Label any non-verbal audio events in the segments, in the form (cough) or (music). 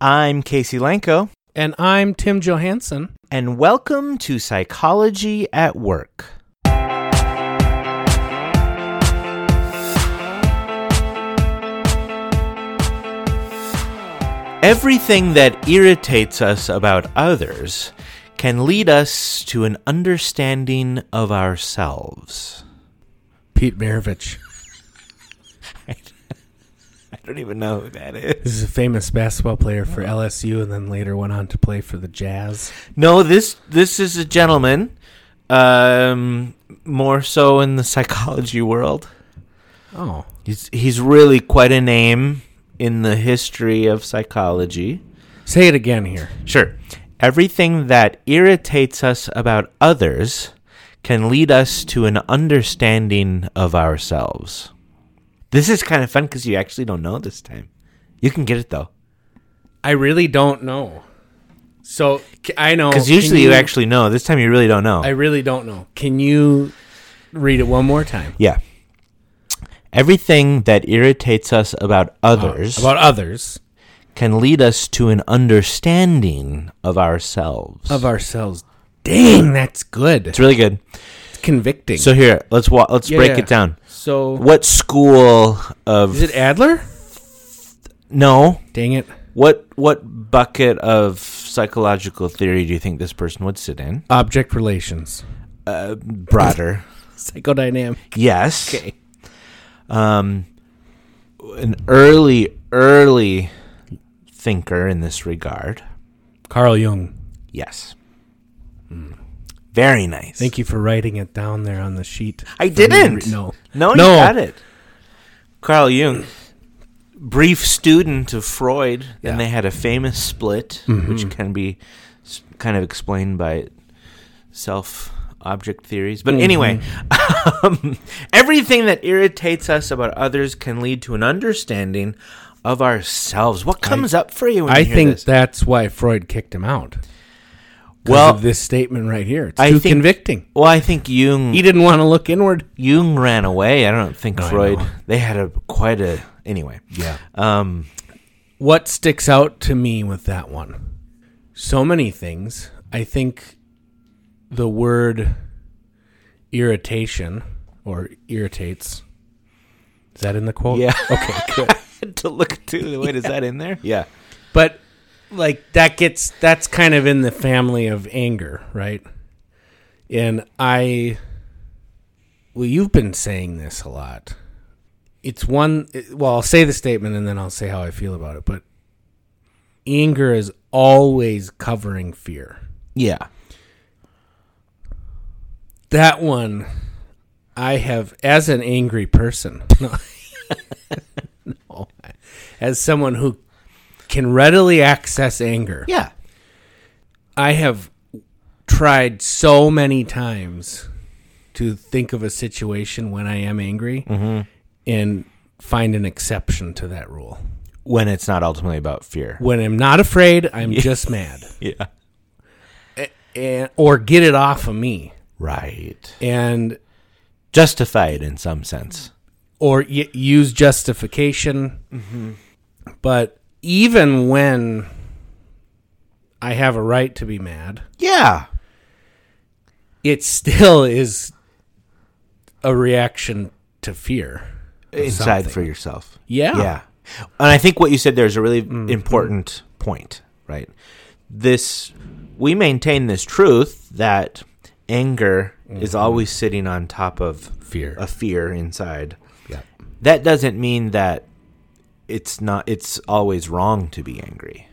I'm Casey Lanko, And I'm Tim Johansson. and welcome to Psychology at Work. Everything that irritates us about others can lead us to an understanding of ourselves. (laughs) Pete Maravich. I don't even know who that is. This is a famous basketball player for LSU and then later went on to play for the Jazz. No, this this is a gentleman, um, more so in the psychology world. Oh. He's he's really quite a name in the history of psychology. Say it again here. Sure. Everything that irritates us about others can lead us to an understanding of ourselves. This is kind of fun because you actually don't know this time. You can get it though, I really don't know. So c- I know. because Can usually you, actually know. This time you really don't know. I really don't know. Can you read it one more time? yeah. Everything that irritates us about others About others. can lead us to an understanding of ourselves. Of ourselves. Dang, that's good. it's really good. It's convicting. So here, let's wa- let's Yeah, break yeah. it down. so What school of is it Adler? no? Dang it. What what bucket of psychological theory do you think this person would sit in? Object relations. Uh, broader, Psychodynamic. yes. Um, an early early thinker in this regard, Carl Jung. yes. Very nice. Thank you for writing it down there on the sheet. I For me to didn't. re- no. No, No. you got it. Carl Jung, brief student of Freud, Yeah. Mm-hmm. and they had a famous split, which can be s- kind of explained by self object theories. But anyway, Mm-hmm. um, (laughs) everything that irritates us about others can lead to an understanding of ourselves. What comes up for you when I you hear think this? that's why Freud kicked him out. 'Cause Well- of this statement right here. It's I too think- convicting. well, I think Jung He didn't want to look inward. Jung ran away. I don't think I Freud. know. They had a quite a anyway. Yeah. Um, Uh, What sticks out to me with that one? So many things. I think the word irritation or irritates. Is that in the quote? (laughs) Yeah. Okay, good. to look to. Wait, is that in there? Yeah. But like that gets that's kind of in the family of anger, right? And I well you've been saying this a lot. It's one well, I'll say the statement and then I'll say how I feel about it, but anger is always covering fear. Yeah. That one I have as an angry person. (laughs) No. no. As someone who can readily access anger. Yeah. I have tried so many times to think of a situation when I am angry and find an exception to that rule. When it's not ultimately about fear. When I'm not afraid, I'm just mad Yeah. and, or get it off of me. Right. And Justify it in some sense. or y- use justification. But even when I have a right to be mad, Yeah. it still is a reaction to fear. Inside for yourself. Yeah. Mm-hmm. Yeah. And I think what you said there is a really important point, right? This, we maintain this truth that anger Mm-hmm. is always sitting on top of Fear. a fear inside. Yeah. That doesn't mean that it's not, it's always wrong to be angry.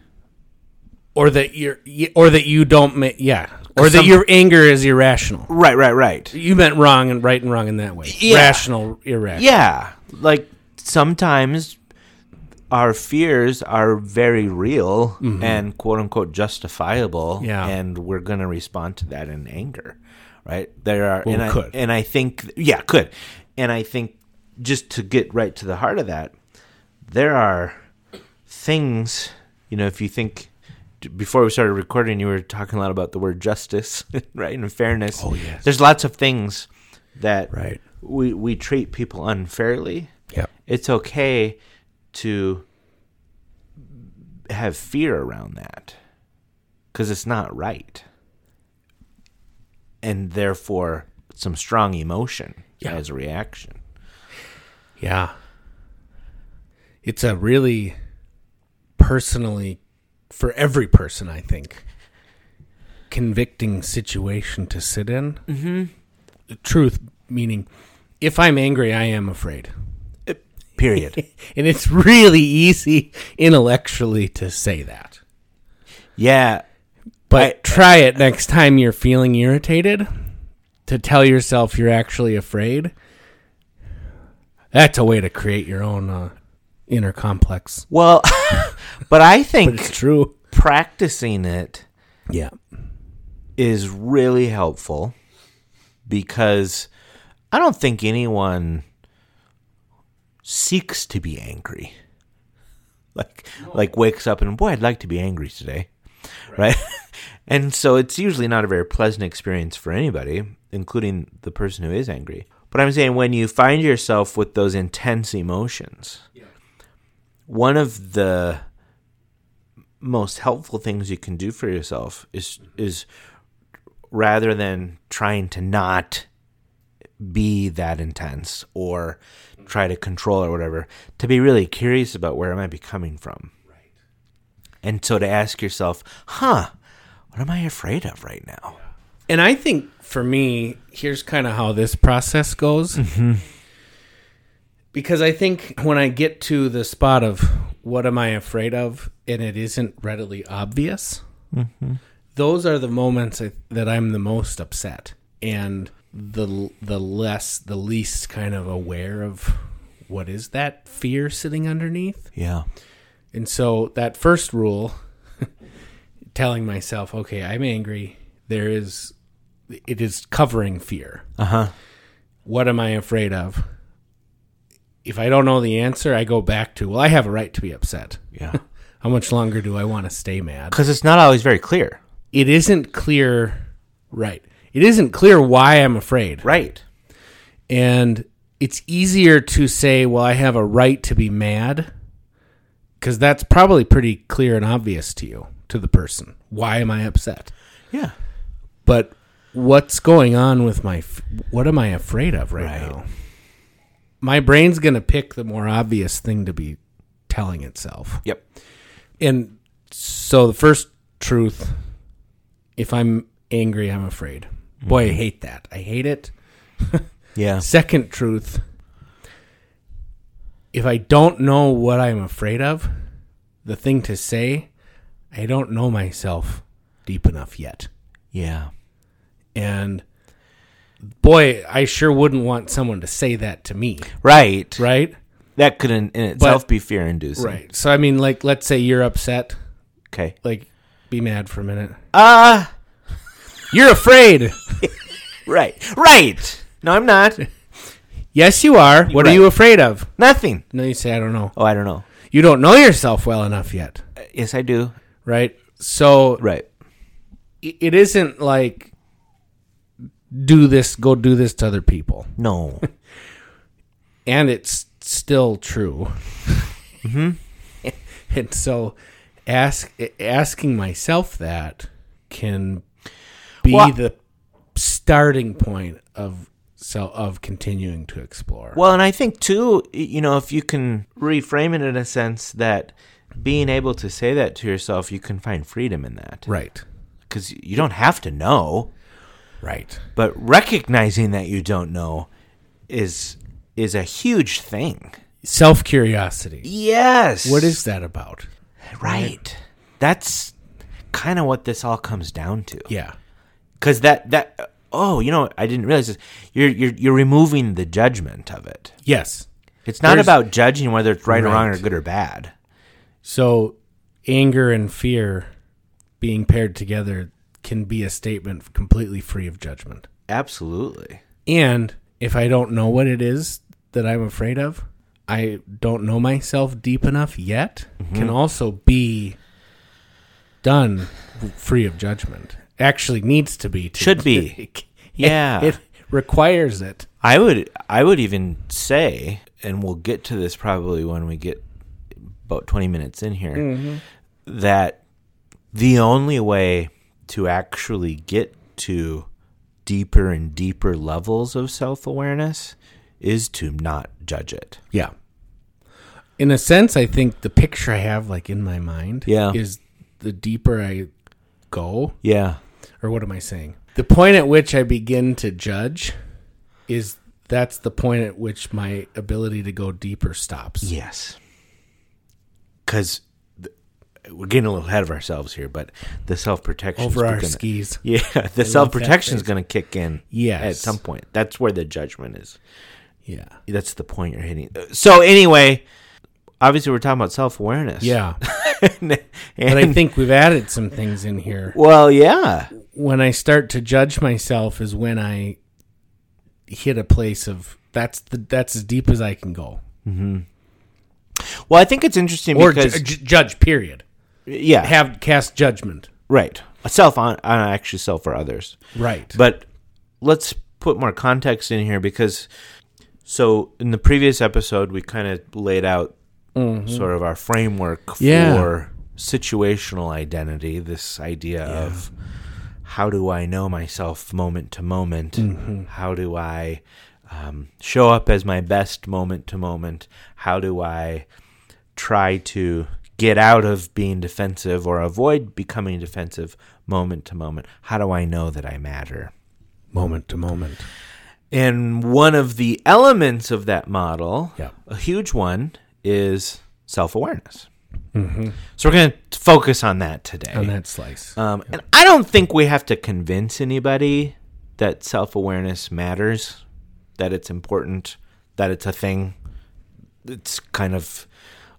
Or that you're y- or that you don't ma- yeah. Or that Some- your anger is irrational. Right, right, right. You meant wrong and right and wrong in that way. Yeah. Rational, irrational. Yeah. Like sometimes our fears are very real and quote unquote justifiable. Mm-hmm. Yeah. And we're going to respond to that in anger. Right. There are, and, we I, could. and I think, yeah, could. And I think just to get right to the heart of that, there are things, you know, if you think, before we started recording, you were talking a lot about the word justice, (laughs) right, and fairness. Oh, yes. There's lots of things that Right. we we treat people unfairly. Yep. It's okay to have fear around that because it's not right, and therefore some strong emotion Yeah. as a reaction. Yeah. It's a really personally, for every person, I think, convicting situation to sit in. Mm-hmm. The truth meaning, if I'm angry, I am afraid. Period. (laughs) And it's really easy intellectually to say that. yeah, But try it next time you're feeling irritated to tell yourself you're actually afraid. That's a way to create your own uh, inner complex. Well, (laughs) but I But think it's true. practicing it Yeah. is really helpful because I don't think anyone seeks to be angry. Like like wakes up and boy, I'd like to be angry today. Right? (laughs) and so it's usually not a very pleasant experience for anybody, including the person who is angry. But I'm saying when you find yourself with those intense emotions, one of the most helpful things you can do for yourself is is rather than trying to not be that intense or try to control or whatever to be really curious about where am i be coming from right and so to ask yourself huh what am i afraid of right now And I think for me, here's kind of how this process goes. Because I think when I get to the spot of what am I afraid of and it isn't readily obvious, those are the moments I- that I'm the most upset and the the less the least kind of aware of what is that fear sitting underneath yeah and so that first rule, (laughs) telling myself, okay, I'm angry. There is, it is covering fear. uh-huh What am I afraid of? If I don't know the answer, I go back to, well, I have a right to be upset. yeah (laughs) How much longer do I want to stay mad? because it's not always very clear It isn't clear, right? It isn't clear why I'm afraid. right And it's easier to say, well, I have a right to be mad because that's probably pretty clear and obvious to you, to the person. Why am I upset? yeah But what's going on with my, f- what am I afraid of right, Right. now? My brain's going to pick the more obvious thing to be telling itself. yep And so the first truth if I'm angry, I'm afraid. Boy, I hate that. I hate it. yeah Second truth if I don't know what I'm afraid of, the thing to say, I don't know myself deep enough yet. yeah And boy, I sure wouldn't want someone to say that to me, right, right? that could in, in itself be fear inducing Right. So, I mean, like, let's say you're upset, okay like, be mad for a minute. uh You're afraid. Right. Right. No, I'm (laughs) not. yes, you are. What are Right. you afraid of? Nothing. No, you say, I don't know. Oh, I don't know. You don't know yourself well enough yet, Uh, Yes, I do. right? So, Right. it it isn't like do this go do this to other people No. and it's still true (laughs) Mm-hmm. and so ask asking myself that can be Well- the starting point of so of continuing to explore (laughs) well, and I think too, y- you know, if you can reframe it in a sense that being able to say that to yourself, you can find freedom in that. right Because you don't have to know, right but recognizing that you don't know is is a huge thing. self curiosity Yes. what is that about right? That's kind of what this all comes down to. yeah because that that oh you know I didn't realize this. You're you're you're removing the judgment of it. yes It's not There's- about judging whether it's right, or wrong or Right. good or bad. So, anger and fear being paired together can be a statement completely free of judgment. Absolutely. And if I don't know what it is that I'm afraid of, I don't know myself deep enough yet, Mm-hmm. can also be done free of judgment. Actually, needs to be. To, Should (laughs) be. Yeah. It requires it. I would I would even say, and we'll get to this probably when we get about twenty minutes in here, that the only way to actually get to deeper and deeper levels of self awareness is to not judge it. Yeah. In a sense, I think the picture I have like in my mind Yeah. is the deeper I go, Yeah. or what am I saying? The point at which I begin to judge is that's the point at which my ability to go deeper stops. Yes. Because we're getting a little ahead of ourselves here, but the self protection Over our skis. (laughs) Yeah, the self protection is going to kick in. Yes. at some point. That's where the judgment is. Yeah. That's the point you're hitting. Uh, So anyway, obviously we're talking about self awareness. Yeah. (laughs) and, But (laughs) I think we've added some things in here. well, yeah, When I start to judge myself is when I hit a place of that's the that's as deep as I can go. well, I think it's interesting Or because ju- ju- judge period. yeah, Have cast judgment. right, self on, on actually self for others. Right. But let's put more context in here because so in the previous episode we kind of laid out sort of our framework Yeah. for situational identity, this idea of how do I know myself moment to moment? How do I um, show up as my best moment to moment? How do I try to get out of being defensive or avoid becoming defensive moment to moment? How do I know that I matter? moment to moment. And one of the elements of that model, Yeah. a huge one, is self awareness. So we're going to focus on that today. Mm-hmm. On that slice. Um, and I don't think we have to convince anybody that self awareness matters, that it's important, that it's a thing. It's kind of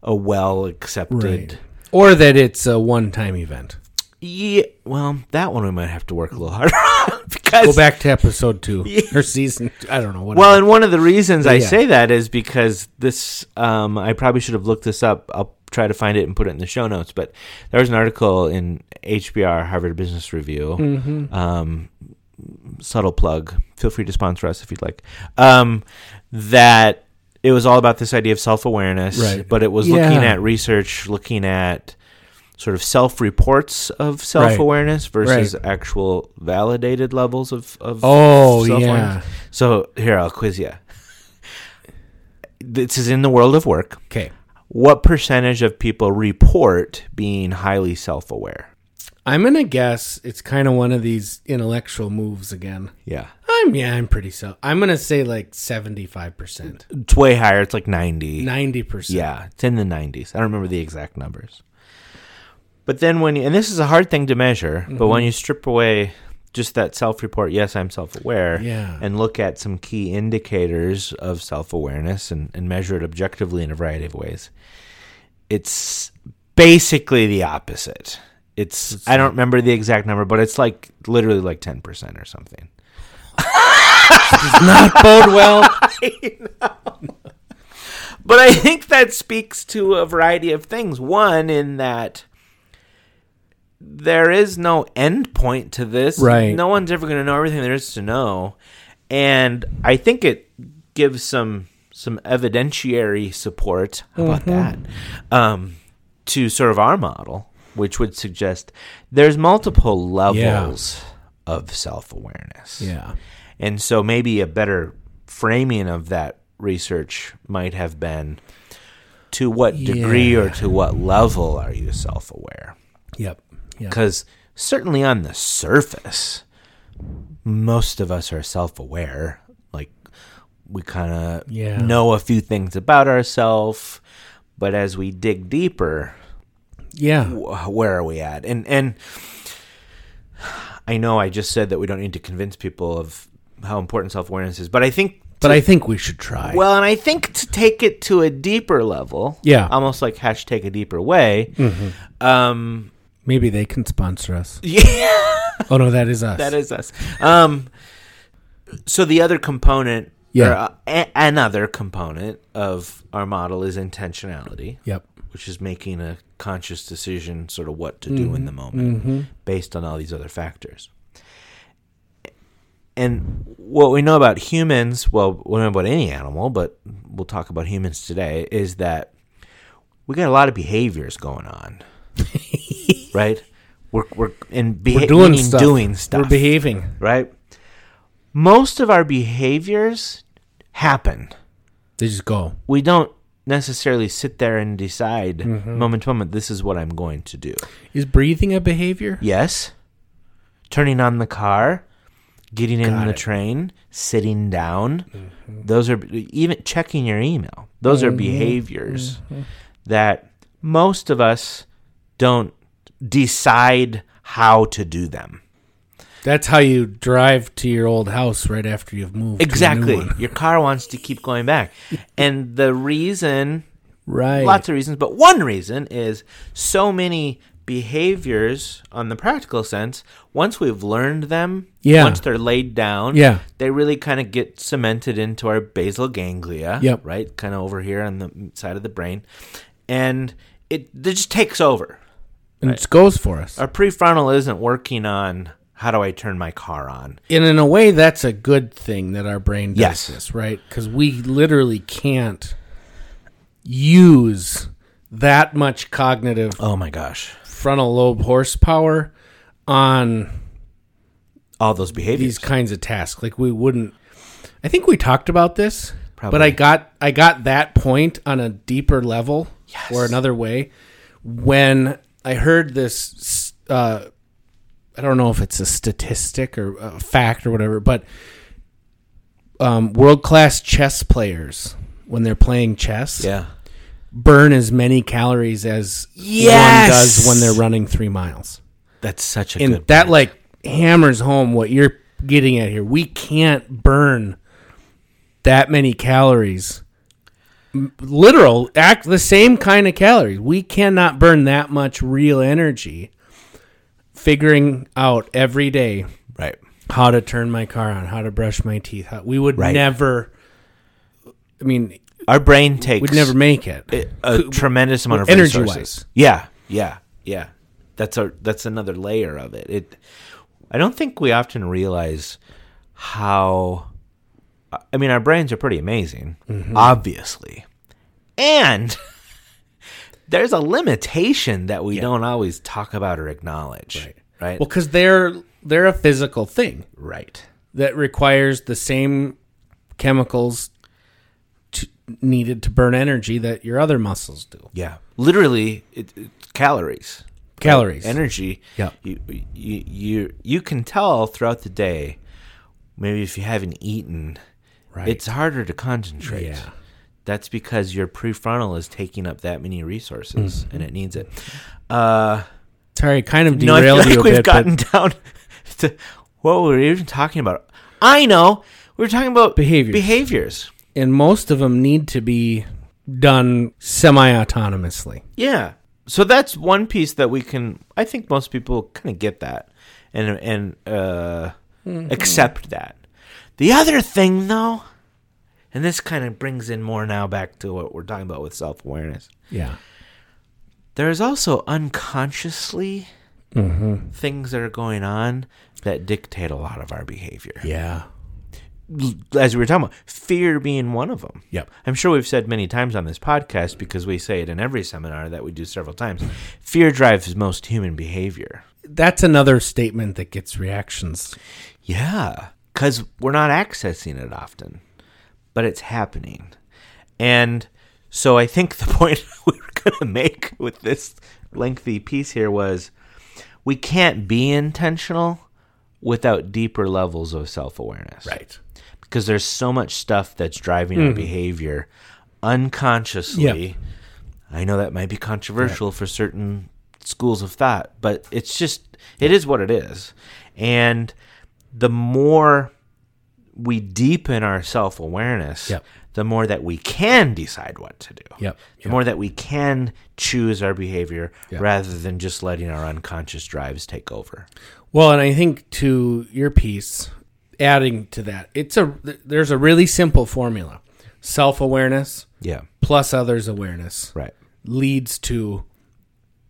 a well accepted. Right. Or that it's a one time event. Yeah, well, that one we might have to work a little harder (laughs) on because Go back to (laughs) episode two or season. I don't know what. Well, and one of the reasons I yeah. say that is because this, um, I probably should have looked this up. I'll try to find it and put it in the show notes. But there was an article in HBR, Harvard Business Review. Mm-hmm. Um, subtle plug. Feel free to sponsor us if you'd like. Um, that it was all about this idea of self awareness, Right. but it was Yeah. looking at research, looking at sort of self reports of self awareness versus actual validated levels of, of oh self-awareness. yeah. So here, I'll quiz you. This is in the world of work. Okay. What percentage of people report being highly self aware? I'm gonna guess it's kind of one of these intellectual moves again. Yeah. I'm yeah. I'm pretty so. I'm gonna say like seventy five percent, It's way higher. It's like 90. ninety percent. Yeah. It's in the 90s. I don't remember the exact numbers. But then when, you, and this is a hard thing to measure, but Mm-hmm. when you strip away just that self report, yes, I'm self aware, Yeah. and look at some key indicators of self awareness and, and measure it objectively in a variety of ways, it's basically the opposite. It's, I don't remember the exact number, but it's like literally like 10% or (laughs) something. Bode well. But I think that speaks to a variety of things. One, in that there is no end point to this. Right. No one's ever going to know everything there is to know. And I think it gives some some evidentiary support how about that Mm-hmm. um, to sort of our model, which would suggest there's multiple levels of self awareness. yeah. And so maybe a better framing of that research might have been to what degree or to what level are you self aware? Yep. Yeah. Because certainly on the surface, most of us are self aware. Like we kind of Yeah. know a few things about ourselves, but as we dig deeper, Yeah. wh- where are we at? And and I know I just said that we don't need to convince people of how important self awareness is, but I think But I think we should try. well, and I think to take it to a deeper level, Yeah. Mm-hmm. almost like hash take a deeper way. Um, (laughs) Maybe they can sponsor us. yeah, Oh no, that is us. that is us. Um, so the other component, Yeah. or, uh, a- another component of our model is intentionality. Yep. which is making a conscious decision, sort of what to do in Mm-hmm. the moment, based on all these other factors. And what we know about humans, well, we don't know about any animal, but (laughs) we'll talk about humans today, is that we got a lot of behaviors going on. right? We're we're and We're beha- doing meaning stuff. doing stuff, We're behaving. right? Most of our behaviors happen. They just go. We don't necessarily sit there and decide Mm-hmm. moment to moment. This is what I'm going to do. Is breathing a behavior? Yes, turning on the car, getting in Got the it. Mm-hmm. train, sitting down. Those are even checking your email. Those are behaviors Mm-hmm. that most of us don't decide how to do them. That's how you drive to your old house right after you've moved. to a new Exactly. one. Your car wants to keep going (laughs) back. And the reason, Right. lots of reasons, but one reason is so many behaviors on the practical sense, once we've learned them, Yeah. once they're laid down, Yeah. they really kind of get cemented into our basal ganglia, Yep. right? Kind of over here on the side of the brain. And it, it just takes over. and it goes for us. Our prefrontal isn't working on how do I turn my car on? And in a way, that's a good thing that our brain does Yes. this, right? Because we literally can't use that much cognitive Oh my gosh. frontal lobe horsepower on All those behaviors. these kinds of tasks. Like we wouldn't. I think we talked about this, but I Probably. got I got that point on a deeper level or another way when I heard this. Uh, I don't know if it's a statistic or a fact or whatever, but um, world class chess players when they're playing chess yeah. burn as many calories as Yes! one does when they're running three miles That's such a and good that like hammers home what you're getting at here. We can't burn that many calories. M- Literal, act the same kind of calories. We cannot burn that much real energy. Figuring out every day right. how to turn my car on, how to brush my teeth. How, we would Right. never. I mean, Our brain takes we'd never make it. a tremendous amount of energy resources. wise. Yeah. Yeah. Yeah. That's a that's another layer of it. It I don't think we often realize how I mean our brains are pretty amazing, obviously. And (laughs) there's a limitation that we don't always talk about or acknowledge. Right. Right. well, because they're they're a physical thing. right. that requires the same chemicals to, needed to burn energy that your other muscles do. Yeah. Literally it, it's calories. Calories. energy. Yeah. You, you you you can tell throughout the day. Maybe if you haven't eaten, Right. it's harder to concentrate. Yeah. That's because your prefrontal is taking up that many resources and it needs it. Uh, Sorry, I kind of no, I feel derailed like Mm-hmm. you a we've bit. gotten (laughs) but down to what were we even talking about. I know we were talking about Behaviors. Behaviors. and most of them need to be done semi-autonomously. Yeah. So that's one piece that we can. I think most people kind of get that and and uh, accept that. The other thing, though, and this kind of brings in more now back to what we're talking about with self awareness. Yeah. There is also unconsciously things that are going on that dictate a lot of our behavior. Yeah. As we were talking about, fear being one of them. Yep. I'm sure we've said many times on this podcast because we say it in every seminar that we do several times. Fear drives most human behavior. That's another statement that gets reactions. Yeah, because we're not accessing it often, but it's happening. And so I think the (laughs) point we were going to make with this lengthy piece here was we can't be intentional without deeper levels of self awareness. Right. because there's so much stuff that's driving Mm. our behavior unconsciously. Yep. I know that might be controversial for certain schools of thought, but it's just it is what it is. And the more we deepen our self-awareness, Yep. the more that we can decide what to do. Yep. The more that we can choose our behavior Yep. rather than just letting our unconscious drives take over. Well, and I think to your piece, adding to that, it's a th- there's a really simple formula: self-awareness Yeah. plus others' awareness Right. leads to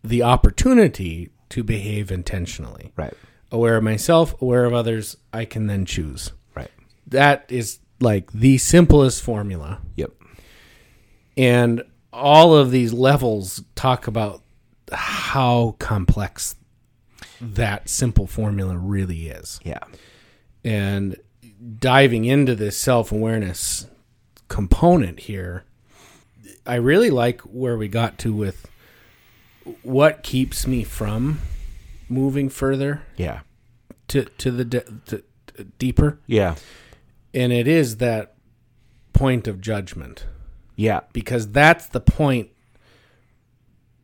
the opportunity to behave intentionally. Right. Aware of myself, aware of others, I can then choose. Right. That is like the simplest formula. Yep. And all of these levels talk about how complex that simple formula really is. Yeah. And diving into this self awareness component here, I really like where we got to with what keeps me from moving further Yeah. to to the de- to, to deeper, Yeah. and it is that point of judgment Yeah. because that's the point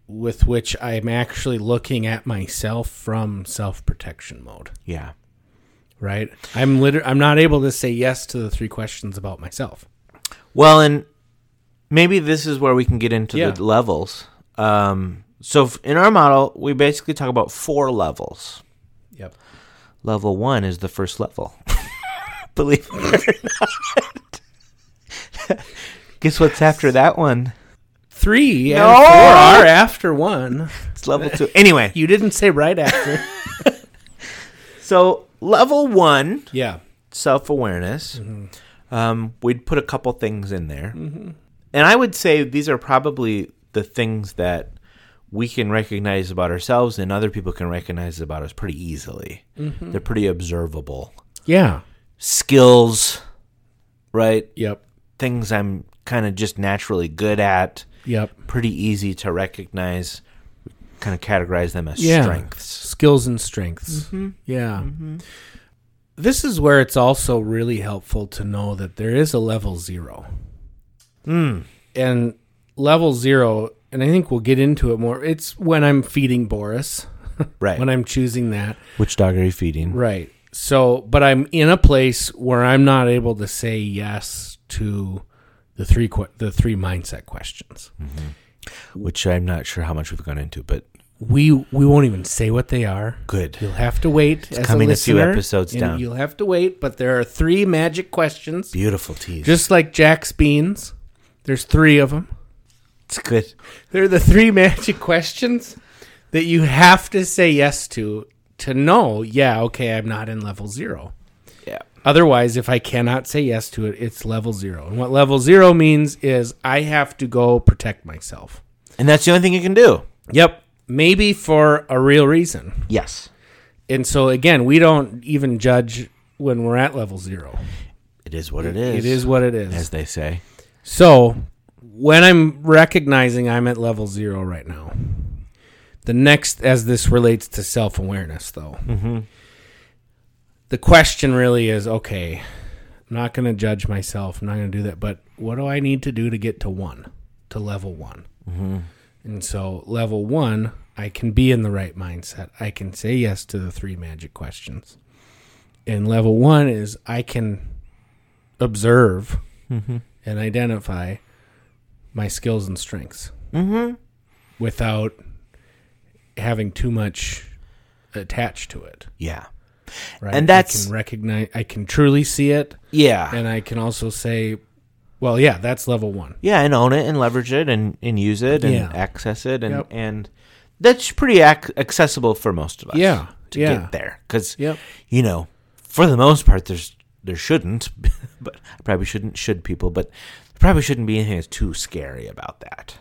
with which I'm actually looking at myself from self protection mode. Yeah. Right? I'm liter- I'm not able to say yes to the three questions about myself. Well, and maybe this is where we can get into Yeah. the levels. Um, so f- in our model, we basically talk about four levels. Yep. Level one is the first level. (laughs) Believe it or not. (laughs) Guess what's after that one? Three No! and four are after one. It's level two. Anyway, (laughs) You didn't say right after. so level one (laughs) yeah. self awareness. Mm-hmm. Um, we'd put a couple things in there. And I would say these are probably the things that we can recognize about ourselves and other people can recognize about us pretty easily. Mm-hmm. They're pretty observable. Yeah. Skills, right? Yep. Things I'm kind of just naturally good at, Yep. pretty easy to recognize, kind of categorize them as strengths. skills and strengths yeah this is where it's also really helpful to know that there is a level zero Hmm. and level zero and i think we'll get into it more it's when i'm feeding boris Right. when i'm choosing that Which dog are you feeding? right so but i'm in a place where i'm not able to say yes to the three que- the three mindset questions Which I'm not sure how much we've gone into, but we we won't even say what they are good. You'll have to wait. as coming a few listener, episodes and down. You'll have to wait, but there are three magic questions, Beautiful tease. just like Jack's beans. There's three of them. it's good. They're the three (laughs) magic questions that you have to say yes to to know. Yeah, okay, I'm not in level zero. Yeah. Otherwise, if I cannot say yes to it, it's level zero. And what level zero means is I have to go protect myself. And that's the only thing you can do. Yep, maybe for a real reason. Yes. And so again, we don't even judge when we're at level zero. It is what it is. It is what it is. As they say. So when I'm recognizing I'm at level zero right now, the next, as this relates to self awareness, though, the question really is okay, I'm not going to judge myself. I'm not going to do that. But what do I need to do to get to one, to level one? And so, level one, I can be in the right mindset. I can say yes to the three magic questions. And level one is I can observe and identify my skills and strengths Mm-hmm. without having too much attached to it. Yeah. Right? And that's- I can recognize. I can truly see it, Yeah. and I can also say, "Well, yeah, that's level one." yeah, and own it and leverage it and, and use it and Yeah. access it and Yep. and that's pretty ac- accessible for most of us. Yeah, To yeah. get there cuz Yep. you know, for the most part there's there shouldn't (laughs) but probably shouldn't should people but there probably shouldn't be anything that's too scary about that.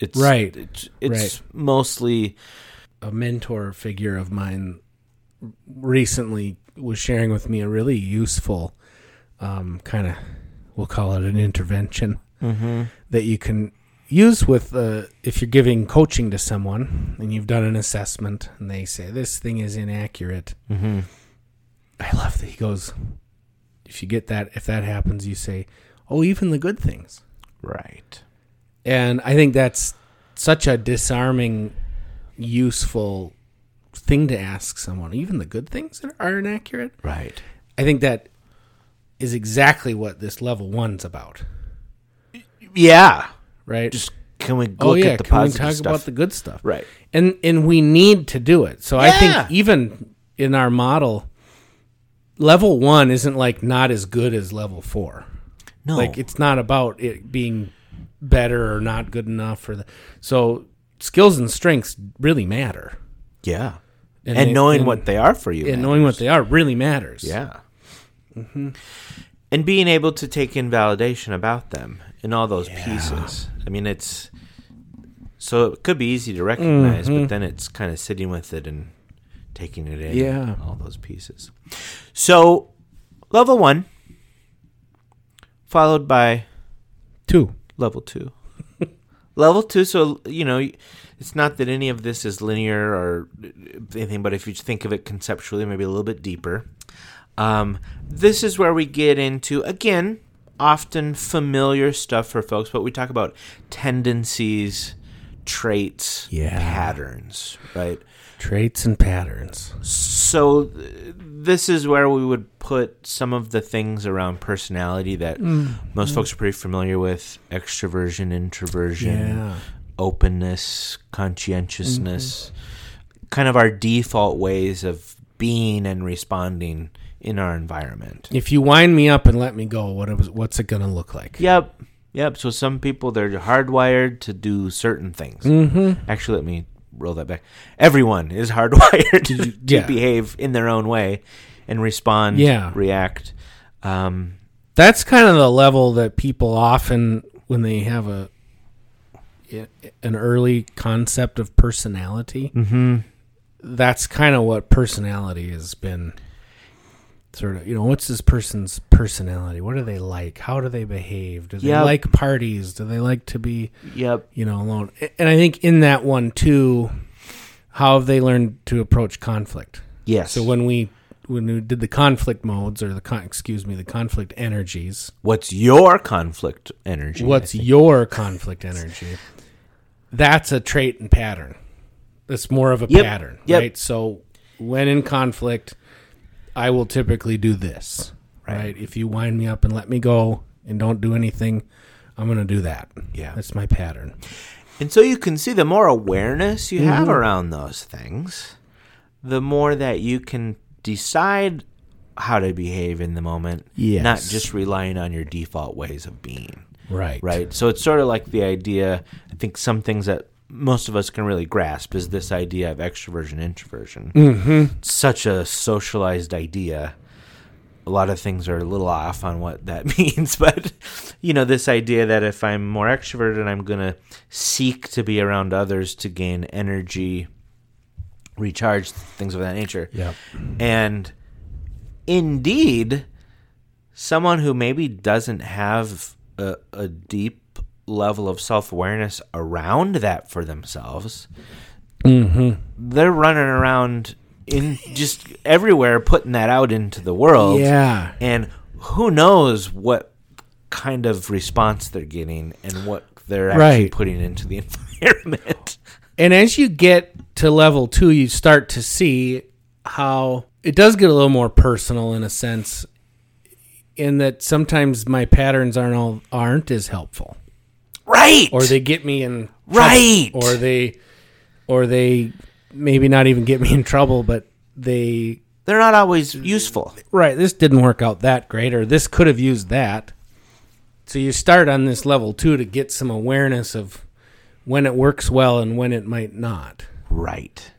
It's Right. It's, it's mostly A mentor figure of mine recently was sharing with me a really useful um, kind of, we'll call it an intervention that you can use with uh, if you're giving coaching to someone and you've done an assessment and they say this thing is inaccurate. mm-hmm. I love that he goes. If you get that, if that happens, you say, "Oh, even the good things." right. And I think that's such a disarming, useful thing to ask someone. Even the good things that are inaccurate. Right. I think that is exactly what this level one's about, Yeah. right? Just can we look oh yeah, at the can we positive talk stuff? about the good stuff? Right. and and we need to do it. So I Yeah. think even in our model, level one isn't like not as good as level four. No. Like it's not about it being better or not good enough or the, so skills and strengths really matter. yeah. And And, it- knowing and- what they are for you. And man. knowing Mm-hmm. what they are really matters. yeah. And being able to take in validation about them and all those pieces. I mean, it's So it could be easy to recognize, Mm-hmm. but then it's kind of sitting with it and taking it in. Yeah. All those pieces. So level one, followed by Two. level two. (laughs) level two, so, you know, it's not that any of this is linear or anything, but if you think of it conceptually, maybe a little bit deeper, um, this is where we get into, again, often familiar stuff for folks, but we talk about tendencies, traits, Yeah. patterns, right? Traits and patterns. So th- this is where we would put some of the things around personality that most folks are pretty familiar with extroversion, introversion, openness, conscientiousness, kind of our default ways of being and responding in our environment. If you wind me up and let me go, what it was, what's it going to look like? Yep. Yep. So some people they're hardwired to do certain things. Mm-hmm. Actually, let me roll that back. Everyone is (laughs) hardwired to, you- to yeah. behave in their own way and respond, Yeah. react. Um, That's kind of the level that people often, when they have a an early concept of personality, mhm. that's kind of what personality has been sort of you know what's this person's personality what are they like how do they behave do they Yeah. like parties do they like to be Yep. you know alone A- and i think in that one too how have they learned to approach conflict Yes. so when we when we did the conflict modes or the con- excuse me the conflict energies what's your conflict energy? what's your conflict energy that's a trait and pattern it's more of a Yep, pattern yep. right so when in conflict i will typically do this right. if you wind me up and let me go and don't do anything i'm going to do that Yeah. that's my pattern And so you can see the more awareness you Mm-hmm. have around those things, the more that you can decide how to behave in the moment, Yes. not just relying on your default ways of being. right Right. So it's sort of like the idea, I think some things that most of us can really grasp is this idea of extroversion, introversion. Mm-hmm. Such a socialized idea. A lot of things are a little off on what that (laughs) means, but you know, this idea that if I'm more extroverted, I'm going to seek to be around others to gain energy, recharge, things of that nature. yep And indeed, someone who maybe doesn't have a, a deep level of self awareness around that for themselves, Mm-hmm. they're running around in just everywhere putting that out into the world. yeah And who knows what kind of response they're getting and what they're actually Right. putting into the (laughs) environment. And as you get to level two, you start to see how it does get a little more personal in a sense, in that sometimes my patterns aren't all, aren't as helpful, right. or they get me in trouble. Right. or they or they maybe not even get me in trouble, but they they're not always useful. right this didn't work out that great, or this could have used that. So you start on this level two to get some awareness of when it works well and when it might not. right.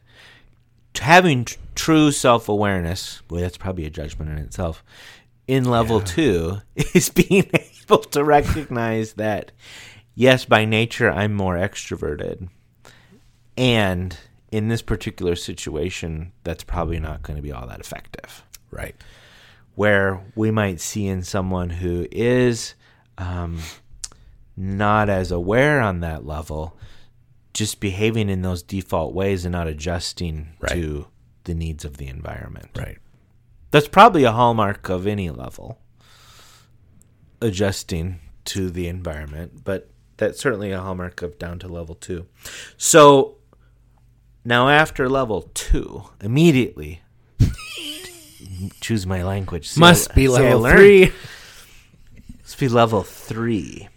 T- Having tr- true self awareness, boy, that's probably a judgment in itself, in level two (laughs) is being able to recognize that, yes, by nature, I'm more extroverted. And in this particular situation, that's probably not going to be all that effective Right. where we might see in someone who is um, not as aware on that level, just behaving in those default ways and not adjusting Right. to the needs of the environment. Right. That's probably a hallmark of any level, adjusting to the environment, but that's certainly a hallmark of down to level two. So now, after level two, immediately (laughs) choose my language. See, Must I- be see, I level learned. three. Must be level three.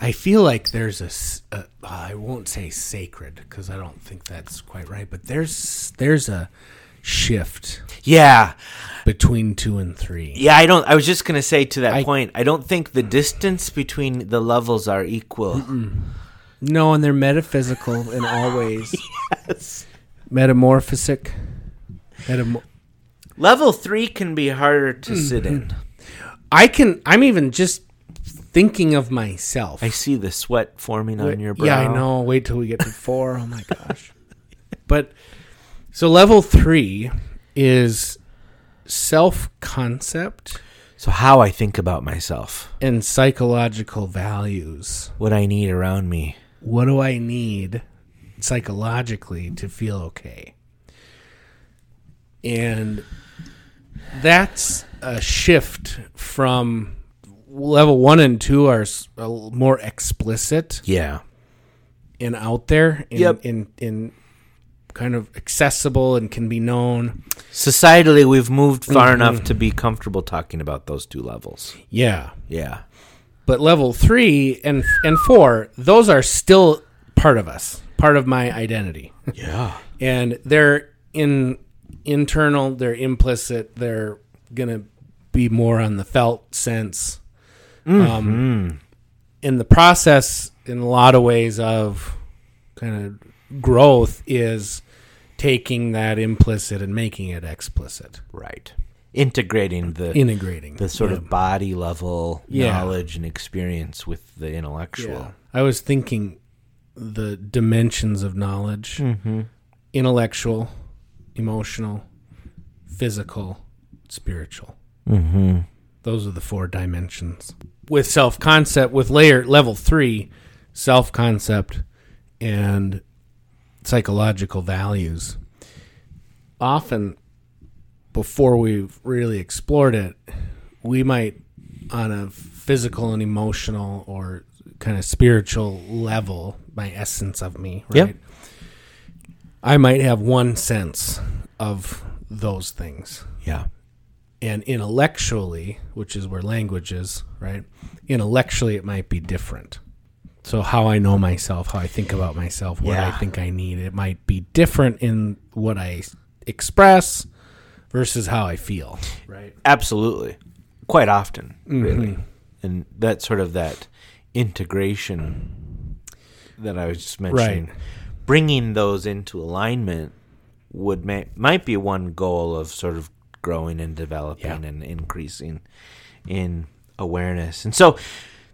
I feel like there's a, s- a- uh, I won't say sacred because I don't think that's quite right, but there's there's a shift Yeah, between two and three. yeah. I don't. I was just gonna say to that I- point. I don't think the distance between the levels are equal. No, and they're metaphysical in (laughs) all ways. Yes. Metamorphosic. Metam- Level three can be harder to sit in. I can. I'm even just thinking of myself. I see the sweat forming Wait- on your brow. Yeah, I know. Wait till we get to four. (laughs) Oh my gosh. but so level three is self concept So how I think about myself, and psychological values. what I need around me. What do I need psychologically to feel okay? And that's a shift from level one and two are s- a l- more explicit. Yeah. and out there and, Yep. and, and kind of accessible and can be known. Societally, we've moved far Mm-hmm. enough to be comfortable talking about those two levels. Yeah. (laughs) Yeah. But level three and and four, those are still part of us, part of my identity. Yeah. And they're in internal, they're implicit, they're gonna be more on the felt sense. Um, in the process, in a lot of ways of kind of growth is taking that implicit and making it explicit. Right. Integrating the integrating the sort of body level Yeah. knowledge and experience with the intellectual. I was thinking the dimensions of knowledge intellectual, emotional, physical, spiritual. Mm-hmm. Those are the four dimensions. With self concept, with layer level three, self concept and psychological values. Often, before we've really explored it, we might, on a physical and emotional or kind of spiritual level, my essence of me, right? Yep. I might have one sense of those things Yeah. and intellectually, which is where language is, right? Intellectually, it might be different. So, how I know myself, how I think about myself, what I Yeah. think I need, it might be different in what I express versus how I feel, right? Absolutely. Quite often, really. And that sort of that integration that I was just mentioning, bringing those into alignment would ma- might be one goal of sort of growing and developing and increasing in awareness. And so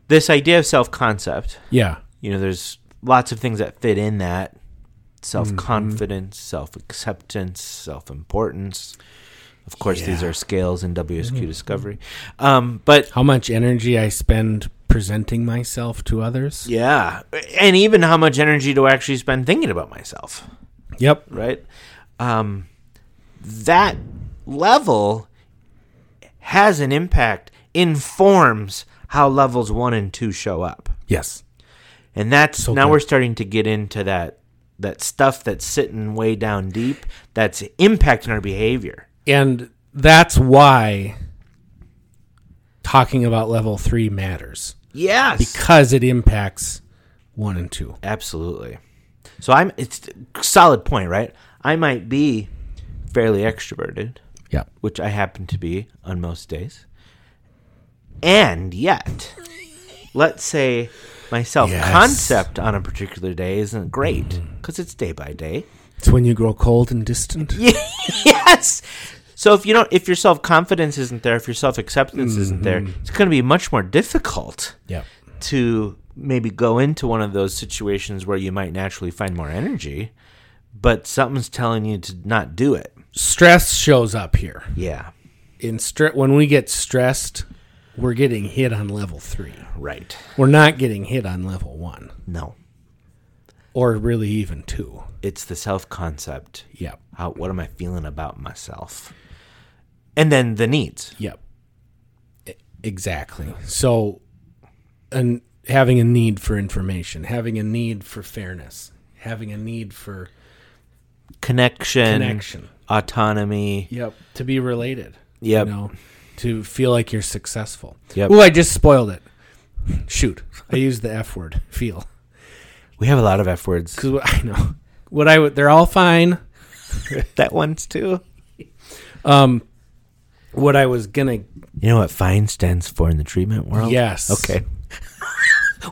this idea of self-concept, Yeah. you know, there's lots of things that fit in that self-confidence, self-acceptance, self-importance. Of course, these Yeah. are scales in WSQ Discovery. Um, but How much energy I spend presenting myself to others. yeah, and even how much energy do I actually spend thinking about myself? Yep. right? Um, that level has an impact, informs how levels one and two show up, Yes. and that's So now good. we're starting to get into that that stuff that's sitting way down deep that's impacting our behavior. And that's why talking about level three matters Yes, because it impacts one and two. absolutely. So I'm it's solid point, right? I might be fairly extroverted. Yep. which I happen to be on most days. And yet, let's say my self concept on a particular day isn't great Mm. because it's day by day. It's when you grow cold and distant. yes. So if you don't, if your self confidence isn't there, if your self acceptance isn't there, it's going to be much more difficult Yeah. to maybe go into one of those situations where you might naturally find more energy, but something's telling you to not do it. Stress shows up here. Yeah. In stre- when we get stressed, we're getting hit on level 3. Right. We're not getting hit on level 1 No. or really even 2. It's the self concept. Yep. How, what am I feeling about myself? And then the needs. Yep. E- Exactly. So and having a need for information, having a need for fairness, having a need for Connection. Connection. Autonomy. yep, to be related. Yep. you know, to feel like you're successful. Yep. Ooh, I just spoiled it. Shoot, I used the F word. Feel We have a lot of F words. because what I know, what I would, they're all fine. That one's too. Um, what I was gonna, You know what fine stands for in the treatment world? yes, Okay. (laughs)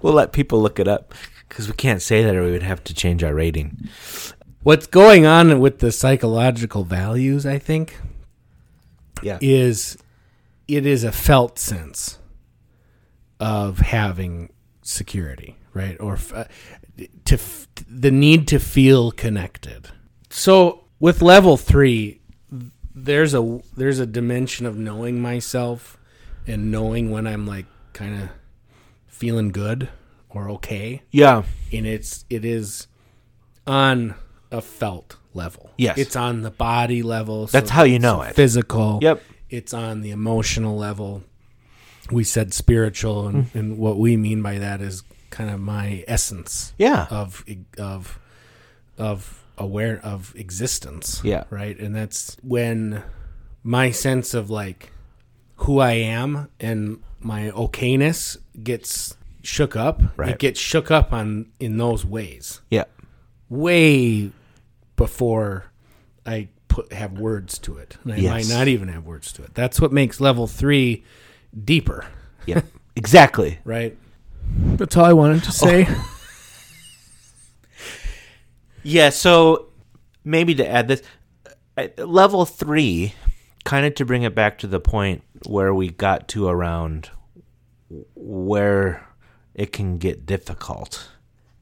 we'll let people look it up because we can't say that or we would have to change our rating. What's going on with the psychological values? I think Yeah. is it is a felt sense of having security, right? Or f- uh, to f- the need to feel connected. So with level 3, there's a there's a dimension of knowing myself and knowing when I'm like kind of feeling good or okay, Yeah. and it's it is on a felt level. Yes. it's on the body level. That's how you know it. Physical. Yep. It's on the emotional level. We said spiritual, and, Mm. and what we mean by that is kind of my essence Yeah. of of of aware of existence. Yeah. Right. And that's when my sense of like who I am and my okayness gets shook up. Right. It gets shook up on in those ways. yeah. Way before I put have words to it. And I Yes. might not even have words to it. That's what makes level three deeper. Yeah. exactly. Right. Oh, That's all I wanted to (laughs) say. Yeah, so maybe to add this, uh, level three, kind of to bring it back to the point where we got to around where it can get difficult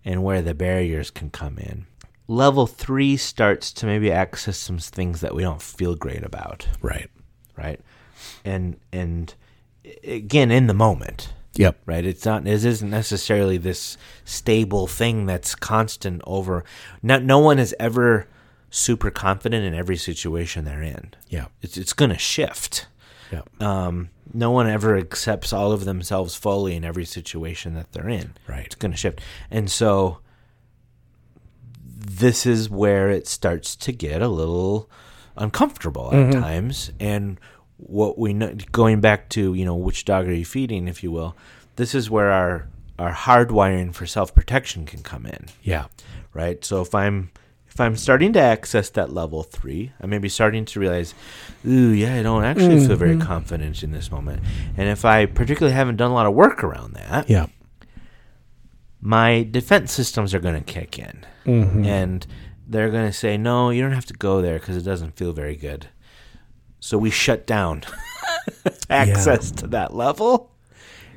and where the barriers can come in. Level three starts to maybe access some things that we don't feel great about, Right. right? And and again, in the moment, Yep. right it's not it isn't necessarily this stable thing that's constant over not no one is ever super confident in every situation they're in Yeah. it's it's going to shift Yeah. um no one ever accepts all of themselves fully in every situation that they're in Right. it's going to shift and so this is where it starts to get a little uncomfortable at times and what we know going back to you know which dog are you feeding if you will this is where our our hardwiring for self-protection can come in Yeah. right so if i'm if i'm starting to access that level three i may be starting to realize ooh yeah i don't actually feel very confident in this moment and if i particularly haven't done a lot of work around that Yeah. my defense systems are going to kick in and they're going to say no you don't have to go there because it doesn't feel very good so we shut down (laughs) access to that level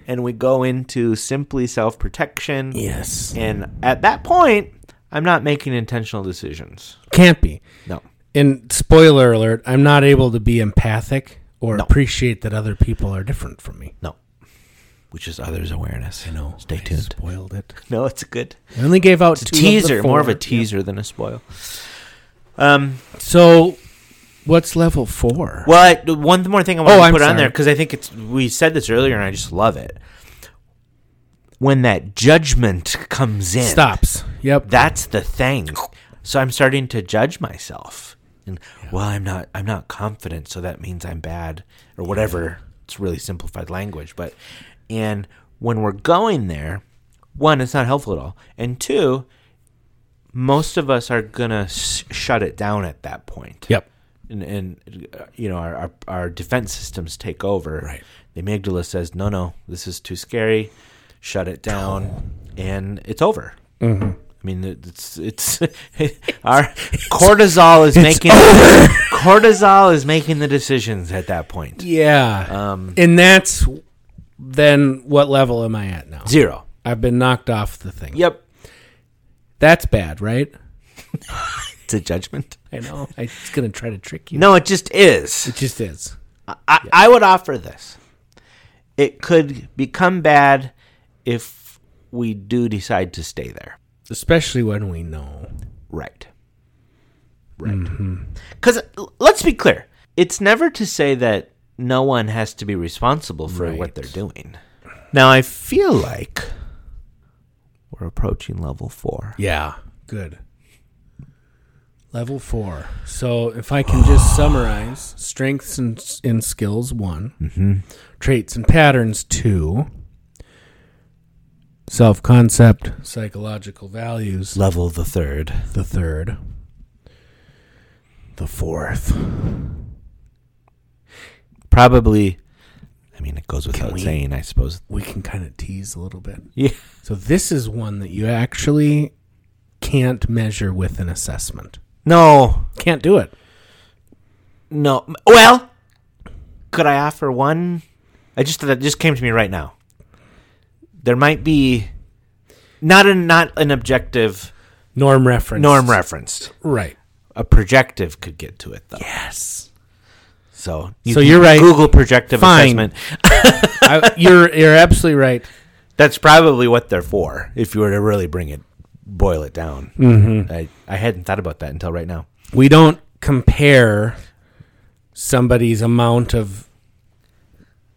and we go into simply self-protection Yes. and at that point i'm not making intentional decisions Can't be. no And spoiler alert, I'm not able to be empathic or No. appreciate that other people are different from me. no which is others awareness stay I tuned Spoiled it. no it's good I only gave out it's a two of the teaser more of four. a teaser than a spoil um So, what's level four? Well, I- the one more thing I Oh, want to I'm put on there sorry. because I think it's we said this earlier and I just love it. When that judgment comes in, Stops. Yep. That's the thing. So I'm starting to judge myself, and well, I'm not. I'm not confident, so that means I'm bad or whatever. It's really simplified language, but and when we're going there, one, it's not helpful at all, and two, most of us are gonna s- shut it down at that point yep. and, and uh, you know our, our our defense systems take over. Right. The amygdala says, "No, no, this is too scary. Shut it down, and it's over." Mm-hmm. I mean, it- it's it's (laughs) our cortisol is making cortisol is making the decisions at that point. Yeah. Um, and that's then what level am I at now? zero. I've been knocked off the thing. Yep, That's bad, right? it's a judgment. I know. I'm just going to try to trick you. No, it just is. It just is. I, I would offer this. It could become bad if we do decide to stay there. Especially when we know. Right. Mm-hmm. Right. Because let's be clear, it's never to say that no one has to be responsible for what Right. they're doing. Now, I feel like we're approaching level four. Yeah. Good. Level four. So if I can (sighs) just summarize strengths and, and skills, one, Mm-hmm. traits and patterns, two, self concept, psychological values, Level the third. the third, the fourth. Probably, I mean, it goes without we- saying, I suppose. We can kind of tease a little bit. Yeah. So this is one that you actually can't measure with an assessment. No, Can't do it. no. Well, could I offer one? I just that just came to me right now. there might be not a not an objective Norm reference. norm referenced. Right. A projective could get to it though. Yes. So So can you're right. Google projective Fine. assessment. I, you're you're absolutely right. That's probably what they're for. If you were to really bring it, boil it down. Mm-hmm. I I hadn't thought about that until right now. We don't compare somebody's amount of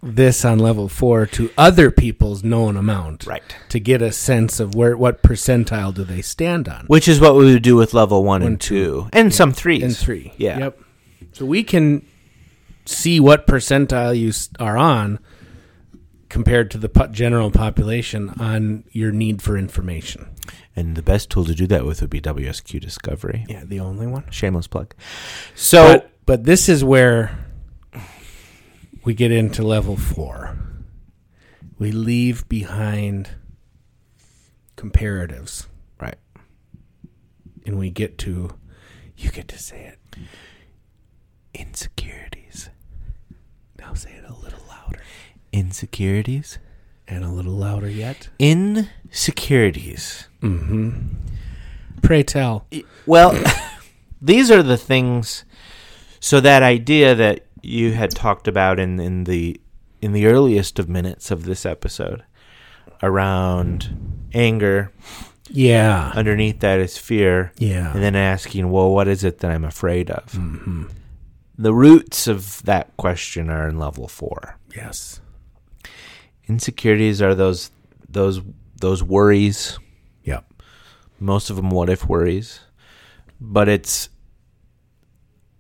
this on level four to other people's known amount, Right. To get a sense of where what percentile do they stand on. Which is what we would do with level one, and two, and some threes and three. Yeah. Yep. So we can see what percentile you s- are on compared to the po- general population on your need for information. And the best tool to do that with would be WSQ Discovery. Yeah, the only one. Shameless plug. So But, but this is where we get into level four. We leave behind comparatives right, and we get to, you get to say it. insecurities, Now say it a little louder. insecurities, And a little louder yet. insecurities. Pray tell. Well, (coughs) these are the things. So that idea that you had talked about in in the in the earliest of minutes of this episode around anger Yeah. underneath that is fear Yeah. and then asking well what is it that i'm afraid of the roots of that question are in level 4 yes. insecurities are those those those worries Yep. most of them what if worries but it's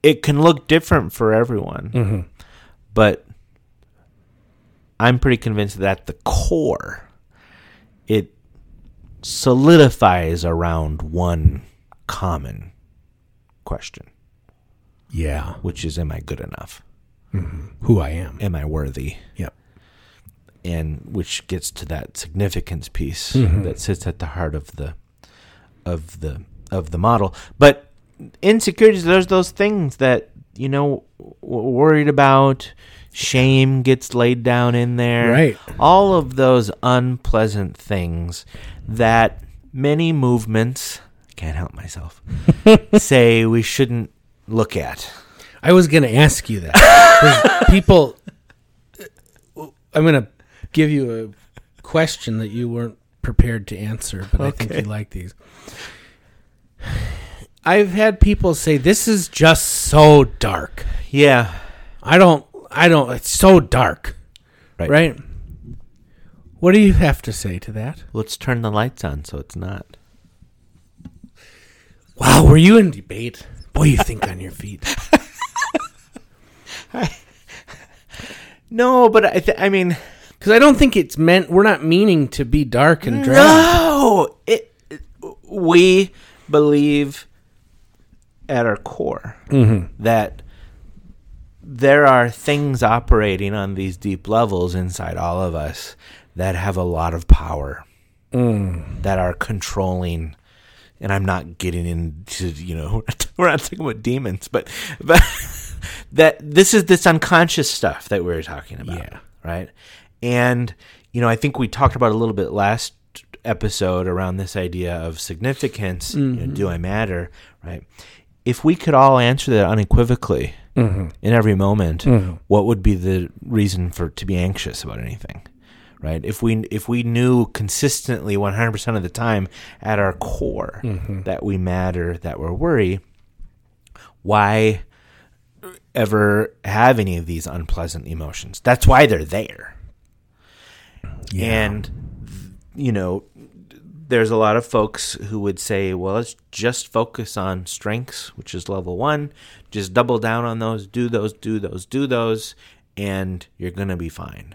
it can look different for everyone but i'm pretty convinced that at the core it solidifies around one common question Yeah. which is am i good enough Who I am. am i worthy Yep. and which gets to that significance piece that sits at the heart of the of the of the model but insecurities there's those things that you know w- worried about shame gets laid down in there Right. all of those unpleasant things that many movements can't help myself say we shouldn't look at I was going to ask you that. (laughs) 'Cause people, I'm going to give you a question that you weren't prepared to answer, but I think you like these. I've had people say, "This is just so dark. yeah I don't, I don't. It's so dark, Right. right? What do you have to say to that? let's turn the lights on so it's not Wow, were you in debate? Boy, you think on your feet. no but i th- i mean Because I don't think it's meant. We're not meaning to be dark (laughs) and drab. No, it, it- we believe at our core that there are things operating on these deep levels inside all of us that have a lot of power that are controlling. And I'm not getting into you know (laughs) we're not talking about demons, but but (laughs) that this is this unconscious stuff that we were talking about Yeah. right? And you know, I think we talked about a little bit last episode around this idea of significance. You know, do I matter? Right? If we could all answer that unequivocally in every moment, what would be the reason for to be anxious about anything? Right? If we if we knew consistently 100% of the time at our core that we matter, that we're worry, why ever have any of these unpleasant emotions. That's why they're there. And, you know, there's a lot of folks who would say, well, let's just focus on strengths, which is level one. Just double down on those, do those, do those, do those, and you're going to be fine.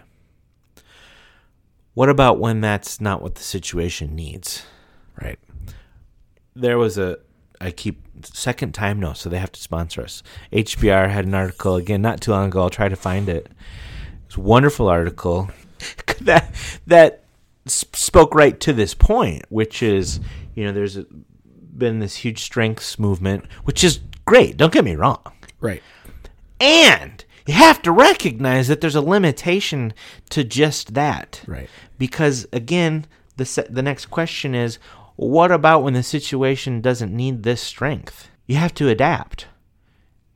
What about when that's not what the situation needs? Right. there was a I keep second time no, so they have to sponsor us. HBR had an article again not too long ago. I'll try to find it. It's a wonderful article (laughs) that that s- spoke right to this point, which is you know there's a, been this huge strengths movement, which is great. Don't get me wrong, Right. and you have to recognize that there's a limitation to just that. Right. Because again, the se- the next question is what about when the situation doesn't need this strength? You have to adapt.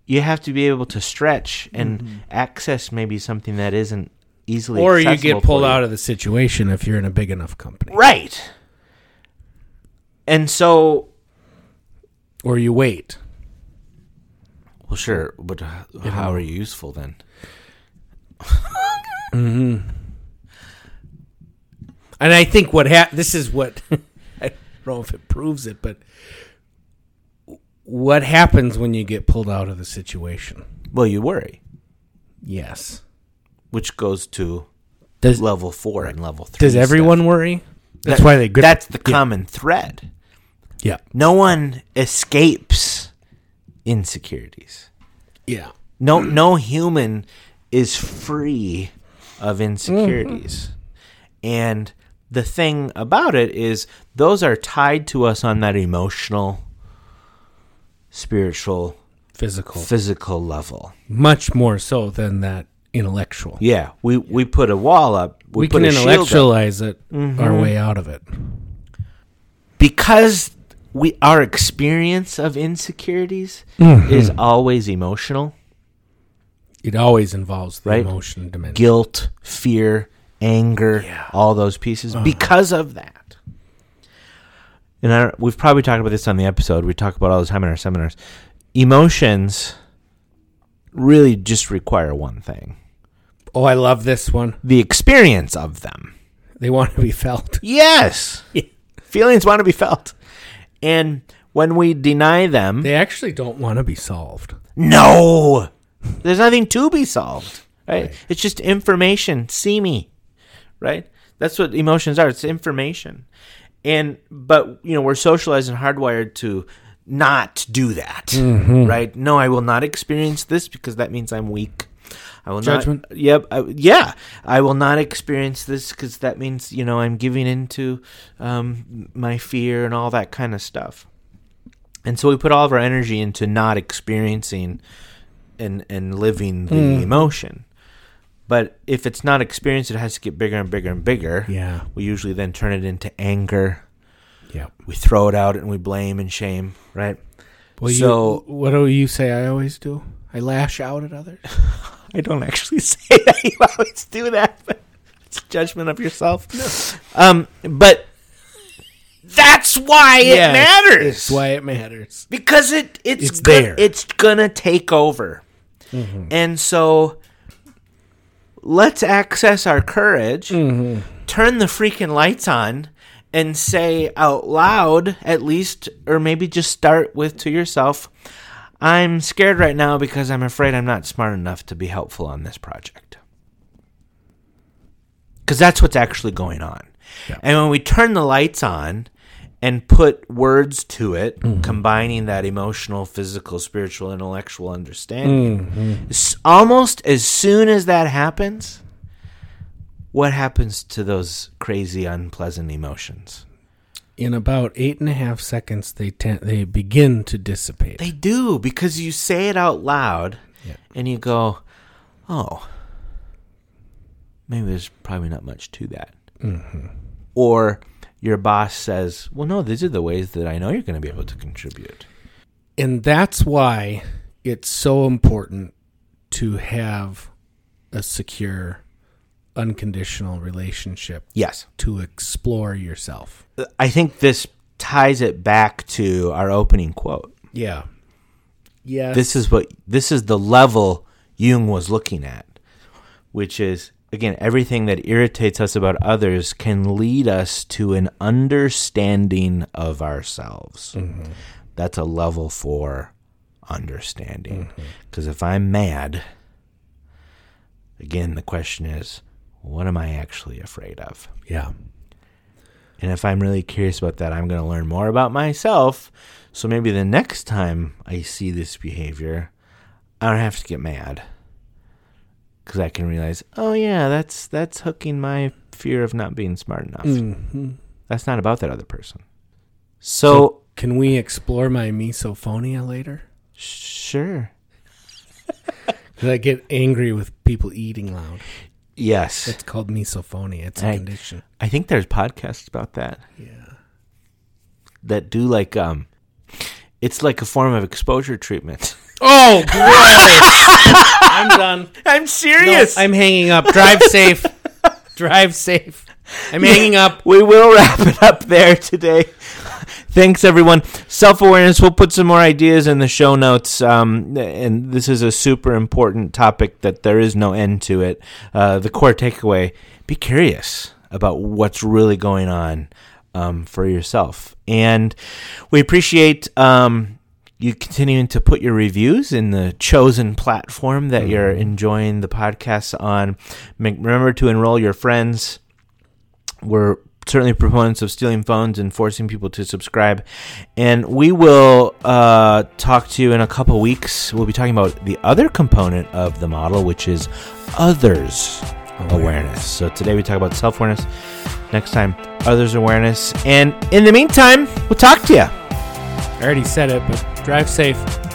You have to be able to stretch and access maybe something that isn't easily Or you accessible get for pulled Mm-hmm. you. out of the situation if you're in a big enough company. Right. And so, Or you wait. well, sure, but h- how are you useful then? And I think what hap- this is what (laughs) I don't know if it proves it, but what happens when you get pulled out of the situation? Well, you worry, Yes. which goes to Does level four and level three. does stuff. everyone worry? That's That- why they grip. That's the common thread. yeah. No one escapes insecurities. Yeah. No, no human is free of insecurities. And the thing about it is, those are tied to us on that emotional, spiritual, Physical. physical level. Much more so than that intellectual. Yeah, we we put a wall up. We, We, put can a shield up Mm-hmm. intellectualize it our way out of it. because we our experience of insecurities Mm-hmm. is always emotional. It always involves the Right. emotion dimension. guilt, fear, anger, Yeah. Uh-huh. all those pieces because of that. And I, we've probably talked about this on the episode. We talk about it all the time in our seminars. Emotions really just require one thing Oh, I love this one. the experience of them. They want to be felt. (laughs) Yes. Feelings want to be felt. And when we deny them, They actually don't want to be solved. No, there's nothing to be solved. Right? It's just information. See me, right? That's what emotions are. It's information, and but you know we're socialized and hardwired to not do that, right? No, I will not experience this because that means I'm weak. I will Judgment. not. Yep. I, yeah. I will not experience this because that means you know I'm giving into um, my fear and all that kind of stuff. And so we put all of our energy into not experiencing and and living the emotion. But if it's not experienced, it has to get bigger and bigger and bigger. Yeah. We usually then turn it into anger. Yeah. We throw it out and we blame and shame, right? Well, So- you, what do you say? I always do. I lash out (laughs) at others. I don't actually (laughs) say that. You always do that, but it's a judgment of yourself. Um, but that's why it Yes, matters. That's why it matters. because it it's, It's go- there. Mm-hmm. It's gonna take over, and so let's access our courage, Mm-hmm. turn the freaking lights on, and say out loud at least, or maybe just start with to yourself. I'm scared right now because I'm afraid I'm not smart enough to be helpful on this project. Because that's what's actually going on. And when we turn the lights on and put words to it, combining that emotional, physical, spiritual, intellectual understanding, s- almost as soon as that happens, what happens to those crazy, unpleasant emotions? In about eight and a half seconds, they ten- they begin to dissipate. They do because you say it out loud Yeah. and you go, oh, maybe there's probably not much to that. Mm-hmm. Or your boss says, well, no, these are the ways that I know you're going to be able to contribute. and that's why it's so important to have a secure, unconditional relationship Yes. to explore yourself. I think this ties it back to our opening quote. Yeah. Yes. This is what this is the level Jung was looking at, which is again everything that irritates us about others can lead us to an understanding of ourselves. That's a level 4 understanding. Cuz if I'm mad, again the question is what am I actually afraid of? yeah. And if I'm really curious about that, I'm going to learn more about myself. So maybe the next time I see this behavior, I don't have to get mad because I can realize, oh yeah, that's that's hooking my fear of not being smart enough. Mm-hmm. That's not about that other person. So, Can we explore my misophonia later? sure, 'Cause I get angry with people eating loud. Yes. It's called misophonia. It's a Hey. condition. I think there's podcasts about that Yeah. that do like um it's like a form of exposure treatment. Oh, I'm done. I'm (laughs) serious. I'm hanging up. Drive (laughs) safe. Drive safe. I'm hanging up. we will (laughs) wrap it up there today. Thanks, everyone. Self awareness. We'll put some more ideas in the show notes. Um, and this is a super important topic that there is no end to it. Uh, the core takeaway be curious about what's really going on um, for yourself. And we appreciate. Um, you continuing to put your reviews in the chosen platform that you're enjoying the podcast on. Make- Remember to enroll your friends we're certainly proponents of stealing phones and forcing people to subscribe. And we will uh, talk to you in a couple weeks. We'll be talking about the other component of the model, which is others awareness. So today we talk about self awareness. Next time, others awareness. And in the meantime, we'll talk to you. I already said it, but drive safe.